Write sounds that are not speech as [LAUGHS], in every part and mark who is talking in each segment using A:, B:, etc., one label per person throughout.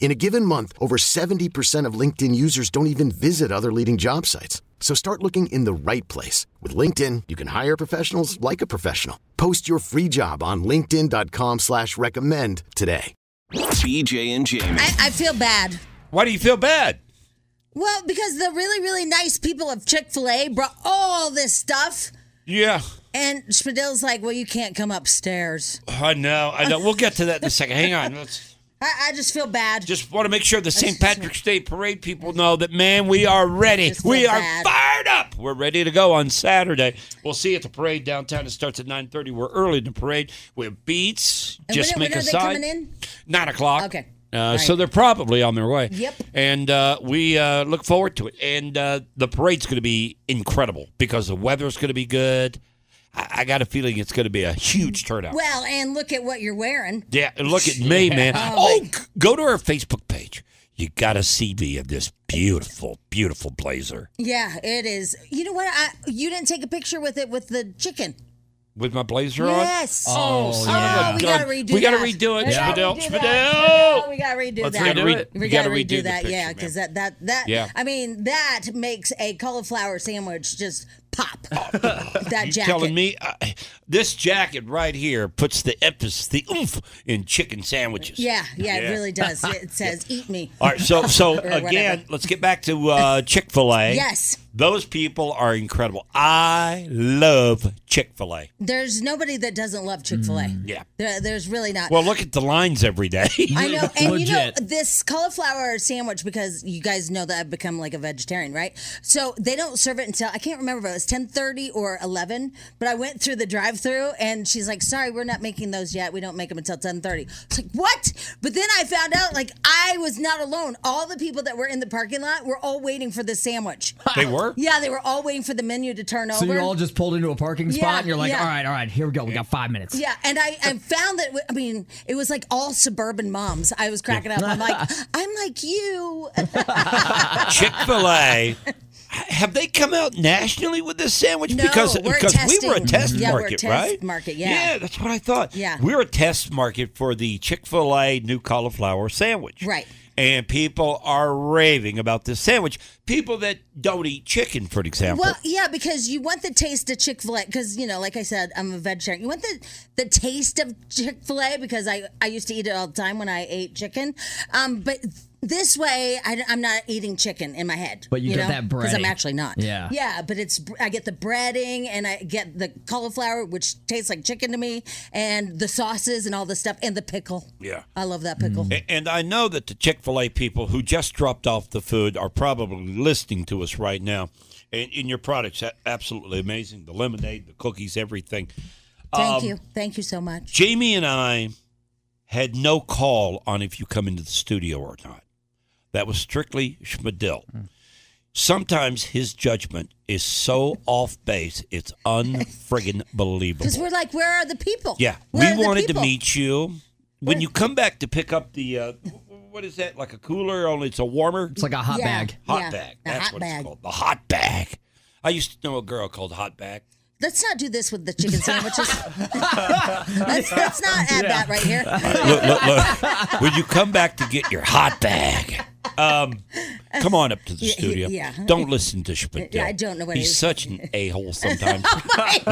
A: In a given month, over 70% of LinkedIn users don't even visit other leading job sites. So start looking in the right place. With LinkedIn, you can hire professionals like a professional. Post your free job on linkedin.com slash recommend today.
B: BJ and Jamie.
C: I, I feel bad.
D: Why do you feel bad?
C: Well, because the really, really nice people of Chick fil A brought all this stuff.
D: Yeah,
C: And Spadil's like, well, you can't come upstairs.
D: I know. I know. We'll get to that in a second. Hang on. Let's
C: I, I just feel bad.
D: just want to make sure the St. Patrick's Day parade people know that, man, we are ready.
C: Just feel
D: We are
C: bad.
D: fired up. We're ready to go on Saturday. We'll see you at the parade downtown. It starts at 9.30. We're early in the parade. We have beats.
C: and
D: just
C: when,
D: make
C: when
D: a
C: are they
D: side.
C: coming in?
D: Nine o'clock.
C: Okay.
D: Uh,
C: All
D: So
C: right.
D: they're probably on their way.
C: Yep.
D: And uh, we uh, look forward to it. And uh, the parade's going to be incredible because the weather's going to be good. I-, I got a feeling it's going to be a huge turnout.
C: Well, and look at what you're wearing.
D: Yeah, and look at me, man.
C: Oh,
D: Oh, g- go to our Facebook page. You got a CV of this beautiful, beautiful blazer
C: Yeah, it is. You know what? I you didn't take a picture with it with the chicken.
D: with my blazer on.
C: Yes.
D: Oh,
C: Oh,
D: son of a
C: we
D: gun.
C: gotta redo.
D: We gotta
C: that.
D: redo it,
C: We gotta
D: Spadil.
C: redo that.
D: Spadil!
C: Oh, we gotta redo
D: Let's
C: that.
D: redo We gotta it. re-
C: We
D: we
C: gotta
D: gotta
C: redo
D: redo the
C: that. yeah,
D: picture,
C: because that that that.
D: Yeah.
C: I mean, that makes a cauliflower sandwich just
D: [LAUGHS]
C: pop. that
D: You
C: jacket.
D: telling me uh, this jacket right here puts the emphasis, the oomph, in chicken sandwiches.
C: Yeah, yeah,
D: Yeah.
C: it really
D: [LAUGHS]
C: does. It says, "Eat me."
D: All right, so
C: [LAUGHS]
D: so
C: whatever.
D: again, let's get back to uh, Chick Fil A.
C: Yes.
D: those people are incredible. I love Chick Fil A.
C: There's nobody that doesn't love Chick Fil A.
D: Mm, yeah.
C: there, there's really not.
D: Well, look at the lines every day.
C: [LAUGHS] I know, and you know this cauliflower sandwich because you guys know that I've become like a vegetarian, right? So they don't serve it until I can't remember if it was ten thirty or eleven. But I went through the drive-through, and she's like, "Sorry, we're not making those yet. We don't make them until ten 30. It's like what? But then I found out like I was not alone. All the people that were in the parking lot were all waiting for the sandwich.
D: they were.
C: yeah, they were all waiting for the menu to turn
E: So
C: over.
E: you're all just pulled into a parking spot,
C: Yeah,
E: and you're like,
C: yeah.
E: all right, all right, here we go. We got five minutes.
C: Yeah, and I, I found that I mean it was like all suburban moms. I was cracking up.
E: [LAUGHS]
C: I'm like, I'm like you.
D: Chick
C: [LAUGHS]
D: Fil A. Have they come out nationally with this sandwich?
C: No,
D: because
C: we're
D: because we were a
C: testing.
D: test
C: Yeah, we're a
D: market,
C: test
D: right?
C: market, yeah.
D: that's what I thought.
C: Yeah.
D: we're a test market for the Chick Fil A new cauliflower sandwich,
C: Right.
D: And people are raving about this sandwich. People that don't eat chicken, for example.
C: Well, yeah, because you want the taste of Chick Fil A. Because you know, like I said, I'm a vegetarian. You want the the taste of Chick Fil A because I I used to eat it all the time when I ate chicken. Um, but this way, I, am not eating chicken in my head.
E: But you get that
C: because I'm
E: breading.
C: actually not.
E: Yeah.
C: yeah, but it's I get the breading and I get the cauliflower, which tastes like chicken to me, and the sauces and all the stuff and the pickle.
D: Yeah. Mm-hmm.
C: I love that pickle.
E: Eh,
D: A- And I know that the Chick fil A people who just dropped off the food are probably listening to us right now. And, and your product's a- absolutely amazing the lemonade, the cookies, everything.
C: Thank
E: um,
C: you, thank you so much.
D: Jamie and I had no call on if you come into the studio or not. That was strictly Schmidl. Sometimes his judgment is so off base, it's unfriggin' believable.
C: Because we're like, where are the people?
D: Yeah,
C: Where are the
D: we wanted to
C: people?
D: meet you. When you come back to pick up the, uh, what is that? Like a cooler? Only it's a warmer.
E: It's like a hot
C: Yeah.
E: bag.
D: hot
C: yeah,
D: bag.
C: the
D: That's
C: hot
D: what
C: bag.
D: it's called. The hot bag. I used to know a girl called Hot [LAUGHS] Bag.
C: Let's not do this with the chicken sandwiches. [LAUGHS] let's, let's
D: [LAUGHS]
C: not add that right here.
D: All right, look, look, look. When you come back to get your hot bag, Um, come on up to the studio.
C: yeah.
D: Don't listen to Spadil.
C: Yeah, I don't know what it
D: He's
C: is.
D: such an a
C: [LAUGHS]
D: hole sometimes. what?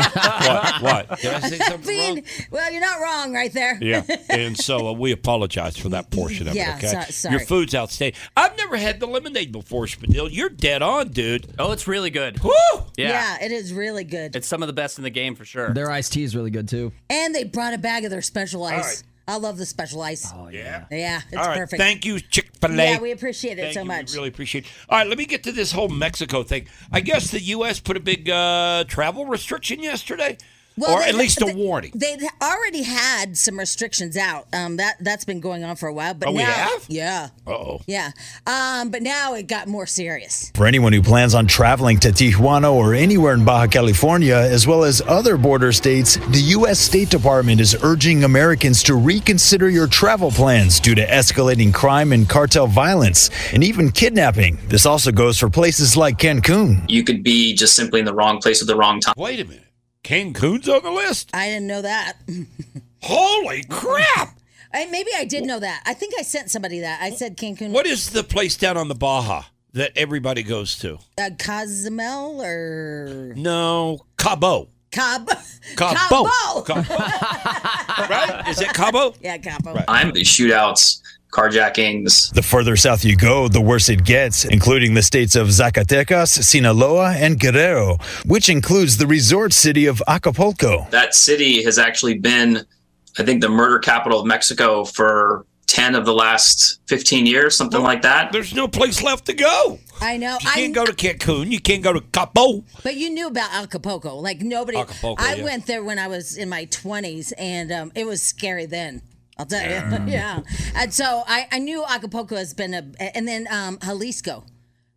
D: What? Did I say something
C: Bean,
D: wrong?
C: well, you're not wrong right there.
D: Yeah, and so uh, we apologize for that portion of
C: Yeah,
D: it. Okay,
C: so- sorry.
D: your food's outstanding. I've never had the lemonade before, Spadil. You're dead on, dude.
F: Oh, it's really good.
D: Woo!
F: Yeah.
C: Yeah, it is really good.
F: It's some of the best in the game for sure.
E: Their iced tea is really good too.
C: And they brought a bag of their special ice.
D: right.
C: I love the special ice.
D: Oh, Yeah.
C: Yeah, it's
D: All right.
C: perfect.
D: Thank you, Chick Fil A.
C: yeah, we appreciate it so much.
D: We really appreciate. It. All right, let me get to this whole Mexico thing. I guess the U.S. put a big uh, travel restriction yesterday, or
C: they-
D: at least a
C: they-
D: warning.
C: They already had some restrictions out. Um, that that's been going on for a while. But
D: Oh,
C: now,
D: we have? Oh.
C: yeah,
D: Uh-oh.
C: yeah. Um, but now it got more serious.
G: For anyone who plans on traveling to Tijuana or anywhere in Baja California, as well as other border states, the U.S. State Department is urging Americans to reconsider your travel plans due to escalating crime and cartel violence, and even kidnapping. This also goes for places like Cancun.
H: you could be just simply in the wrong place at the wrong time.
D: Wait a minute. Cancun's on the list.
C: I didn't know that.
D: Holy crap!
C: I, maybe I did know that. I think I sent somebody that. I said Cancun,
D: What is the place down on the Baja that everybody goes to?
C: Uh, Cozumel or
D: No, Cabo.
C: Cabo.
D: Cabo. Cabo. [LAUGHS] right? Is it Cabo?
C: Yeah, Cabo.
H: I'm the shootouts, carjackings.
G: The further south you go, the worse it gets, including the states of Zacatecas, Sinaloa, and Guerrero, which includes the resort city of Acapulco.
H: That city has actually been, I think, the murder capital of Mexico for 10 of the last 15 years, something like that.
D: There's no place left to go.
C: I know.
D: You
C: I
D: can't go to Cancun. You can't go to Cabo.
C: But you knew about Acapulco. Like nobody.
D: Acapulco,
C: I
D: yeah.
C: went there when I was in my 20s, and um, it was scary then. I'll tell you. [LAUGHS] yeah. And so I, I knew Acapulco has been a, and then um, Jalisco.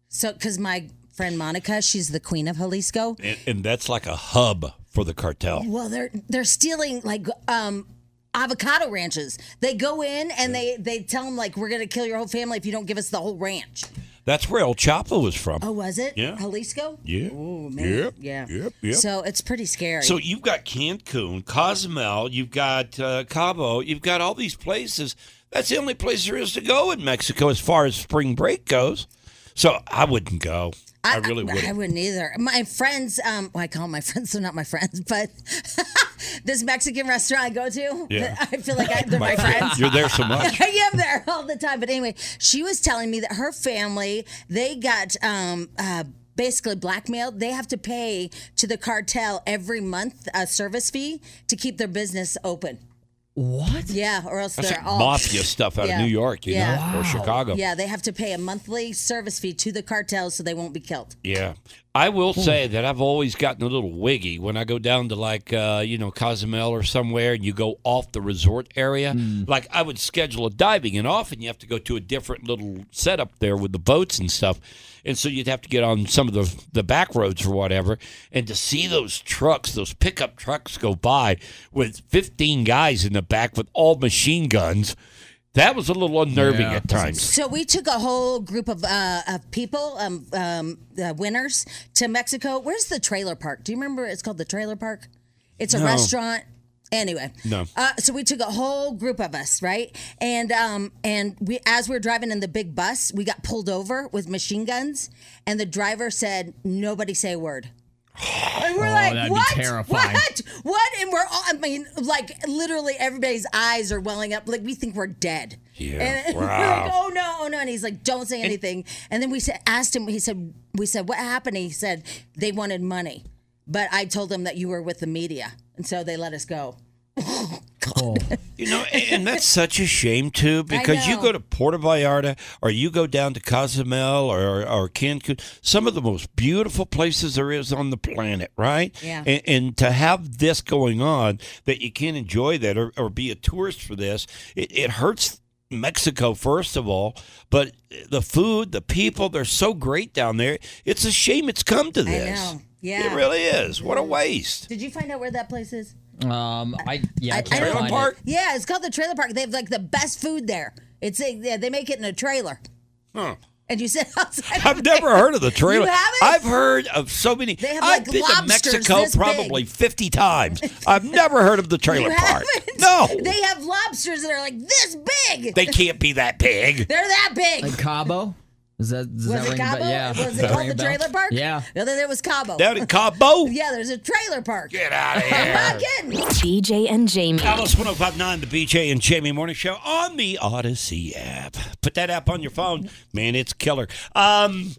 C: So, because my friend Monica, she's the queen of Jalisco.
D: And, and that's like a hub for the cartel.
C: Well, they're they're stealing like um avocado ranches. They go in and they they tell them like we're gonna kill your whole family if you don't give us the whole ranch.
D: That's where El Chapo was from.
C: Oh, was it?
D: Yeah.
C: Jalisco.
D: Yeah.
C: Oh man.
D: Yep,
C: Yeah.
D: yep, yep.
C: So it's pretty scary.
D: So you've got Cancun, Cozumel, you've got uh, Cabo, you've got all these places. That's the only place there is to go in Mexico as far as spring break goes. So I wouldn't go. I, really wouldn't.
C: I wouldn't either. My friends, um, well, I call them my [LAUGHS] friends, they're not my friends, but [LAUGHS] this Mexican restaurant I go to,
D: Yeah.
C: [LAUGHS] I feel like I, they're my, friends.
D: You're there so
C: [LAUGHS]
D: much.
C: I am there all the time. But anyway, she was telling me that her family, they got um, uh, basically blackmailed. They have to pay to the cartel every month a service fee to keep their business open.
E: What?
C: Yeah, or else
D: That's
C: they're
D: like
C: all
D: mafia stuff out
C: Yeah.
D: of New York, you
C: Yeah.
D: know, or Chicago.
C: Yeah, they have to pay a monthly service fee to the cartel so they won't be killed.
D: Yeah. I will say that I've always gotten a little wiggy when I go down to like uh, you know Cozumel or somewhere, and you go off the resort area. Like I would schedule a diving, and often you have to go to a different little setup there with the boats and stuff, and so you'd have to get on some of the the back roads or whatever. And to see those trucks, those pickup trucks go by with fifteen guys in the back with all machine guns, that was a little unnerving at times.
C: So we took a whole group of uh, of people, um, um, uh, winners, to Mexico. Where's the trailer park? Do you remember? It's called the trailer park. It's a restaurant. Anyway,
D: No.
C: Uh, so we took a whole group of us, right? And um, and we as we were driving in the big bus, we got pulled over with machine guns, and the driver said, "Nobody say a word." And we're
E: Oh, that'd
C: like,
E: be
C: what?
E: terrifying."
C: What? What? And we're all, I mean, like literally everybody's eyes are welling up. Like we think we're dead.
D: Yeah.
C: And [LAUGHS] we're
D: Wow.
C: like, oh no, oh no. And he's like, don't say anything. And then we said, asked him, he said, we said, what happened? And he said, they wanted money. But I told them that you were with the media. And so they let us go.
D: You know, and and that's such a
C: [LAUGHS]
D: shame too, because you
C: know.
D: go to Puerto Vallarta or you go down to Cozumel or, or Cancun, some of the most beautiful places there is on the planet, right?
C: Yeah.
D: And, and to have this going on, that you can't enjoy that or, or be a tourist for this, it, it hurts Mexico, first of all, but the food, the people, they're so great down there. It's a shame it's come to this.
C: know. Yeah. Mm-hmm.
D: It really is. What a waste.
C: Did you find out where that place is?
E: Um, I yeah, I,
C: I- I
E: can't
C: don't-
E: find
D: Park?
E: it.
C: Yeah, it's called the trailer park. They have like the best food there. It's a, yeah, they make it in a trailer.
D: Huh.
C: and you sit [LAUGHS] outside.
D: I've
C: of
D: never
C: there.
D: heard of the
C: [LAUGHS]
D: trailer.
C: You haven't?
D: I've heard of so many.
C: They have,
D: I've
C: like,
D: been to
C: lobsters
D: Mexico
C: this big.
D: probably 50 times. I've never heard of the
C: [LAUGHS]
D: trailer
C: You
D: park.
C: haven't?
D: No.
C: They have lobsters that are like this big.
D: They can't be that big.
C: They're that big.
E: Like Cabo? Is that does
C: was
E: that
C: it
E: ring a
C: Cabo?
E: bell? Yeah.
C: Was
E: Does
C: it
E: that
C: called
E: ring
C: the
E: a bell?
C: trailer park?
E: Yeah.
C: No, there was Cabo.
D: Down in
C: [LAUGHS]
D: Cabo?
C: yeah, there's a trailer park.
D: Get out of [LAUGHS]
C: I'm
D: here.
C: not kidding.
I: BJ and Jamie.
D: Alice 1059, the BJ and Jamie Morning Show on the Odyssey app. Put that app on your phone. Man, it's killer. Um,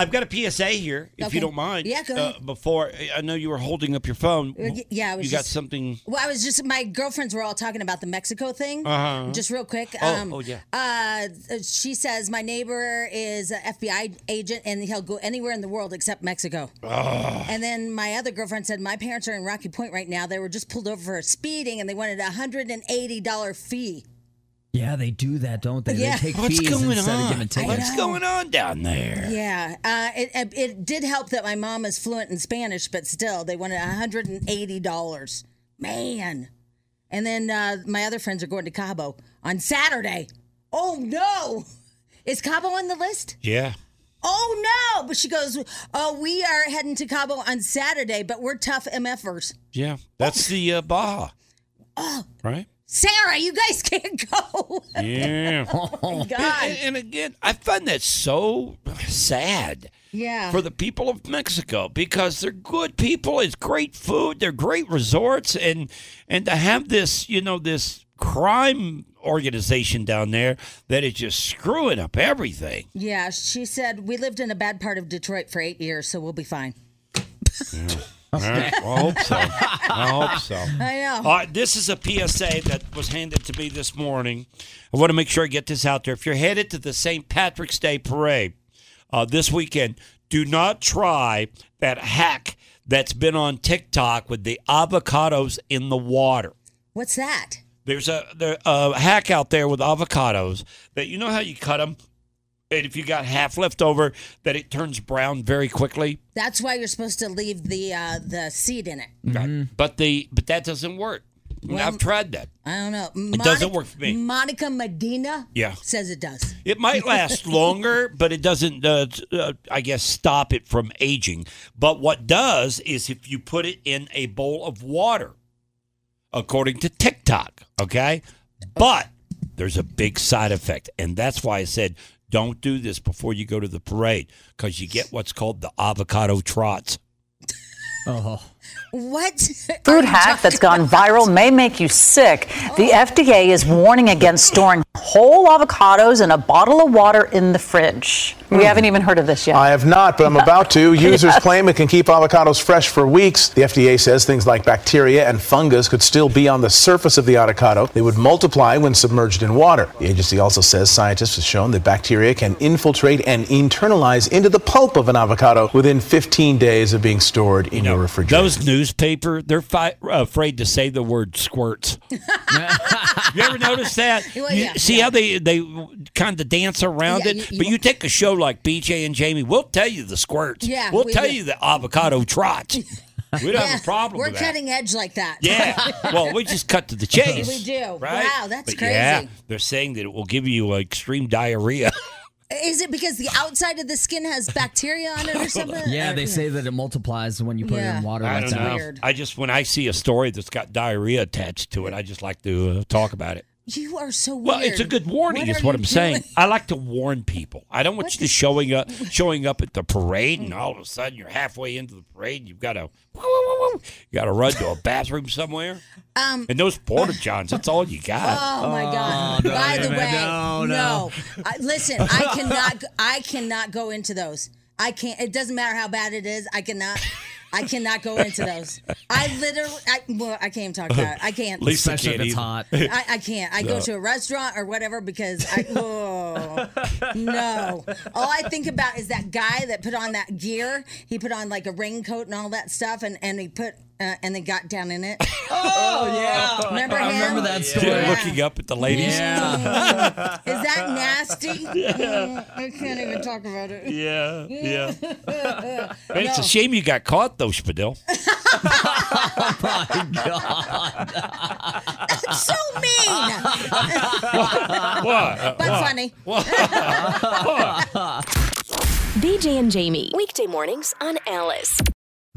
D: I've got a PSA here, if
C: Okay.
D: you don't mind.
C: Yeah, go
D: Uh,
C: ahead. Uh,
D: before, I know you were holding up your phone.
C: y- yeah, I was
D: You got
C: just-
D: something.
C: Well, I was just my girlfriends were all talking about the Mexico thing.
D: Uh-huh.
C: Just real quick. um,
D: Oh, oh, yeah.
C: Uh, she says my neighbor is an FBI agent and he'll go anywhere in the world except Mexico. And then my other girlfriend said my parents are in Rocky Point right now. They were just pulled over for speeding and they wanted a hundred and eighty dollar fee.
E: Yeah, they do that, don't they?
C: Yeah.
E: They take
D: What's
E: fees
D: going
E: instead of
D: on?
E: giving tickets.
D: What's going on down there?
C: Yeah, uh, it, it it did help that my mom is fluent in Spanish, but still, they wanted one hundred and eighty dollars. Man, and then uh, my other friends are going to Cabo on Saturday. Oh no, is Cabo on the list?
D: Yeah.
C: Oh no, but she goes, oh, we are heading to Cabo on Saturday, but we're tough MFers.
D: Yeah. That's the uh, Baja. Right?
C: Sarah, you guys [LAUGHS] can't go.
D: [LAUGHS] Yeah. Oh.
C: God,
D: And, and again, I find that so sad
C: yeah.
D: for the people of Mexico because they're good people. It's great food. They're great resorts, and and to have this, you know, this crime organization down there that is just screwing up everything.
C: yeah, she said we lived in a bad part of Detroit for eight years, so we'll be fine.
D: All right. Well, [LAUGHS] I hope so. I hope so.
C: I know.
D: All right, this is a PSA that was handed to me this morning. I want to make sure I get this out there. If you're headed to the St. Patrick's Day parade uh, this weekend, do not try that hack that's been on TikTok with the avocados in the water.
C: What's that?
D: There's a, there, a hack out there with avocados that you know how you cut them, and if you got half left over, that it turns brown very quickly.
C: That's why you're supposed to leave the uh, the seed in it.
D: But the but that doesn't work. And
C: Well-
D: I've tried that.
C: I don't know.
D: It doesn't work for me.
C: Monica Medina
D: Yeah.
C: says it does.
D: It might last longer, but it doesn't, uh, t- uh, I guess, stop it from aging. But what does is if you put it in a bowl of water, according to TikTok, okay? But there's a big side effect. And that's why I said don't do this before you go to the parade because you get what's called the avocado trots.
E: Oh.
C: What
J: food hack that's gone viral may make you sick. The FDA is warning against storing whole avocados in a bottle of water in the fridge. We haven't even heard of this yet.
K: Hmm. I have not, but I'm
J: [LAUGHS]
K: about to. Users claim it can keep avocados fresh for weeks. The FDA says things like bacteria and fungus could still be on the surface of the avocado. They would multiply when submerged in water. The agency also says scientists have shown that bacteria can infiltrate and internalize into the pulp of an avocado within 15 days of being stored in your refrigerator.
D: Those newspaper, they're fi- uh, afraid to say the
C: [LAUGHS]
D: word squirts. you ever notice that?
C: Well,
D: You-
C: yeah,
D: see how they they kind of dance around
C: Yeah,
D: it.
C: you- you-
D: but you take a show like BJ and Jamie, we'll tell you the squirts.
C: Yeah,
D: we'll
C: we
D: tell
C: will.
D: you the avocado trot.
C: [LAUGHS]
D: We don't have a problem.
C: We're
D: with that.
C: cutting edge like that. [LAUGHS]
D: Yeah. Well, we just cut to the chase.
C: We do.
D: Right?
C: Wow, that's
D: But Yeah,
C: crazy.
D: they're saying that it will give you uh, extreme
C: [LAUGHS]
D: diarrhea.
C: Is it because the outside of the skin has bacteria on it
D: [LAUGHS]
C: or something?
E: Yeah,
C: Or-
E: they say that it multiplies when you put it
C: Yeah.
E: in water.
D: I don't
E: That's
D: know.
E: out.
C: Weird.
D: I just when I see a story that's got diarrhea attached to it, I just like to uh, talk about it.
C: you are so weird.
D: Well, it's a good warning,
C: What
D: is
C: are
D: what
C: you
D: I'm saying.
C: doing?
D: I like to warn people. I don't want you just
C: [LAUGHS]
D: showing up, showing up at the parade, and all of a sudden you're halfway into the parade, and you've got to, you got to
C: [LAUGHS]
D: run to a bathroom somewhere. Um, and those porta johns, that's all you got.
C: Oh my God!
E: no,
C: By
E: wait
C: the
E: a minute.
C: way,
E: No,
C: no. I, listen,
E: [LAUGHS]
C: I cannot. I cannot go into those. I can't. It doesn't matter how bad it is. I cannot. I cannot go into those. I literally. I, well, I can't even talk about it. I can't.
D: Lisa
E: Especially if
D: can't
E: it's
D: either.
E: hot.
C: I, I can't. I go to a restaurant or whatever because
E: [LAUGHS]
C: I oh, no. All I think about is that guy that put on that gear. He put on like a raincoat and all that stuff, and and he put uh, and they got down in it.
E: [LAUGHS] Oh yeah.
C: Remember
E: I
C: him?
E: remember that
D: Dude,
E: story.
D: [LAUGHS]
C: Yeah.
D: Looking up at the ladies.
E: Yeah.
C: Is that nasty? Mm, I can't even talk about it.
D: Yeah, yeah. Man, It's a shame you got caught
C: [LAUGHS]
D: though, Spadil. [LAUGHS]
E: [LAUGHS] My God.
C: so mean. but funny.
I: BJ and Jamie. Weekday mornings on Alice.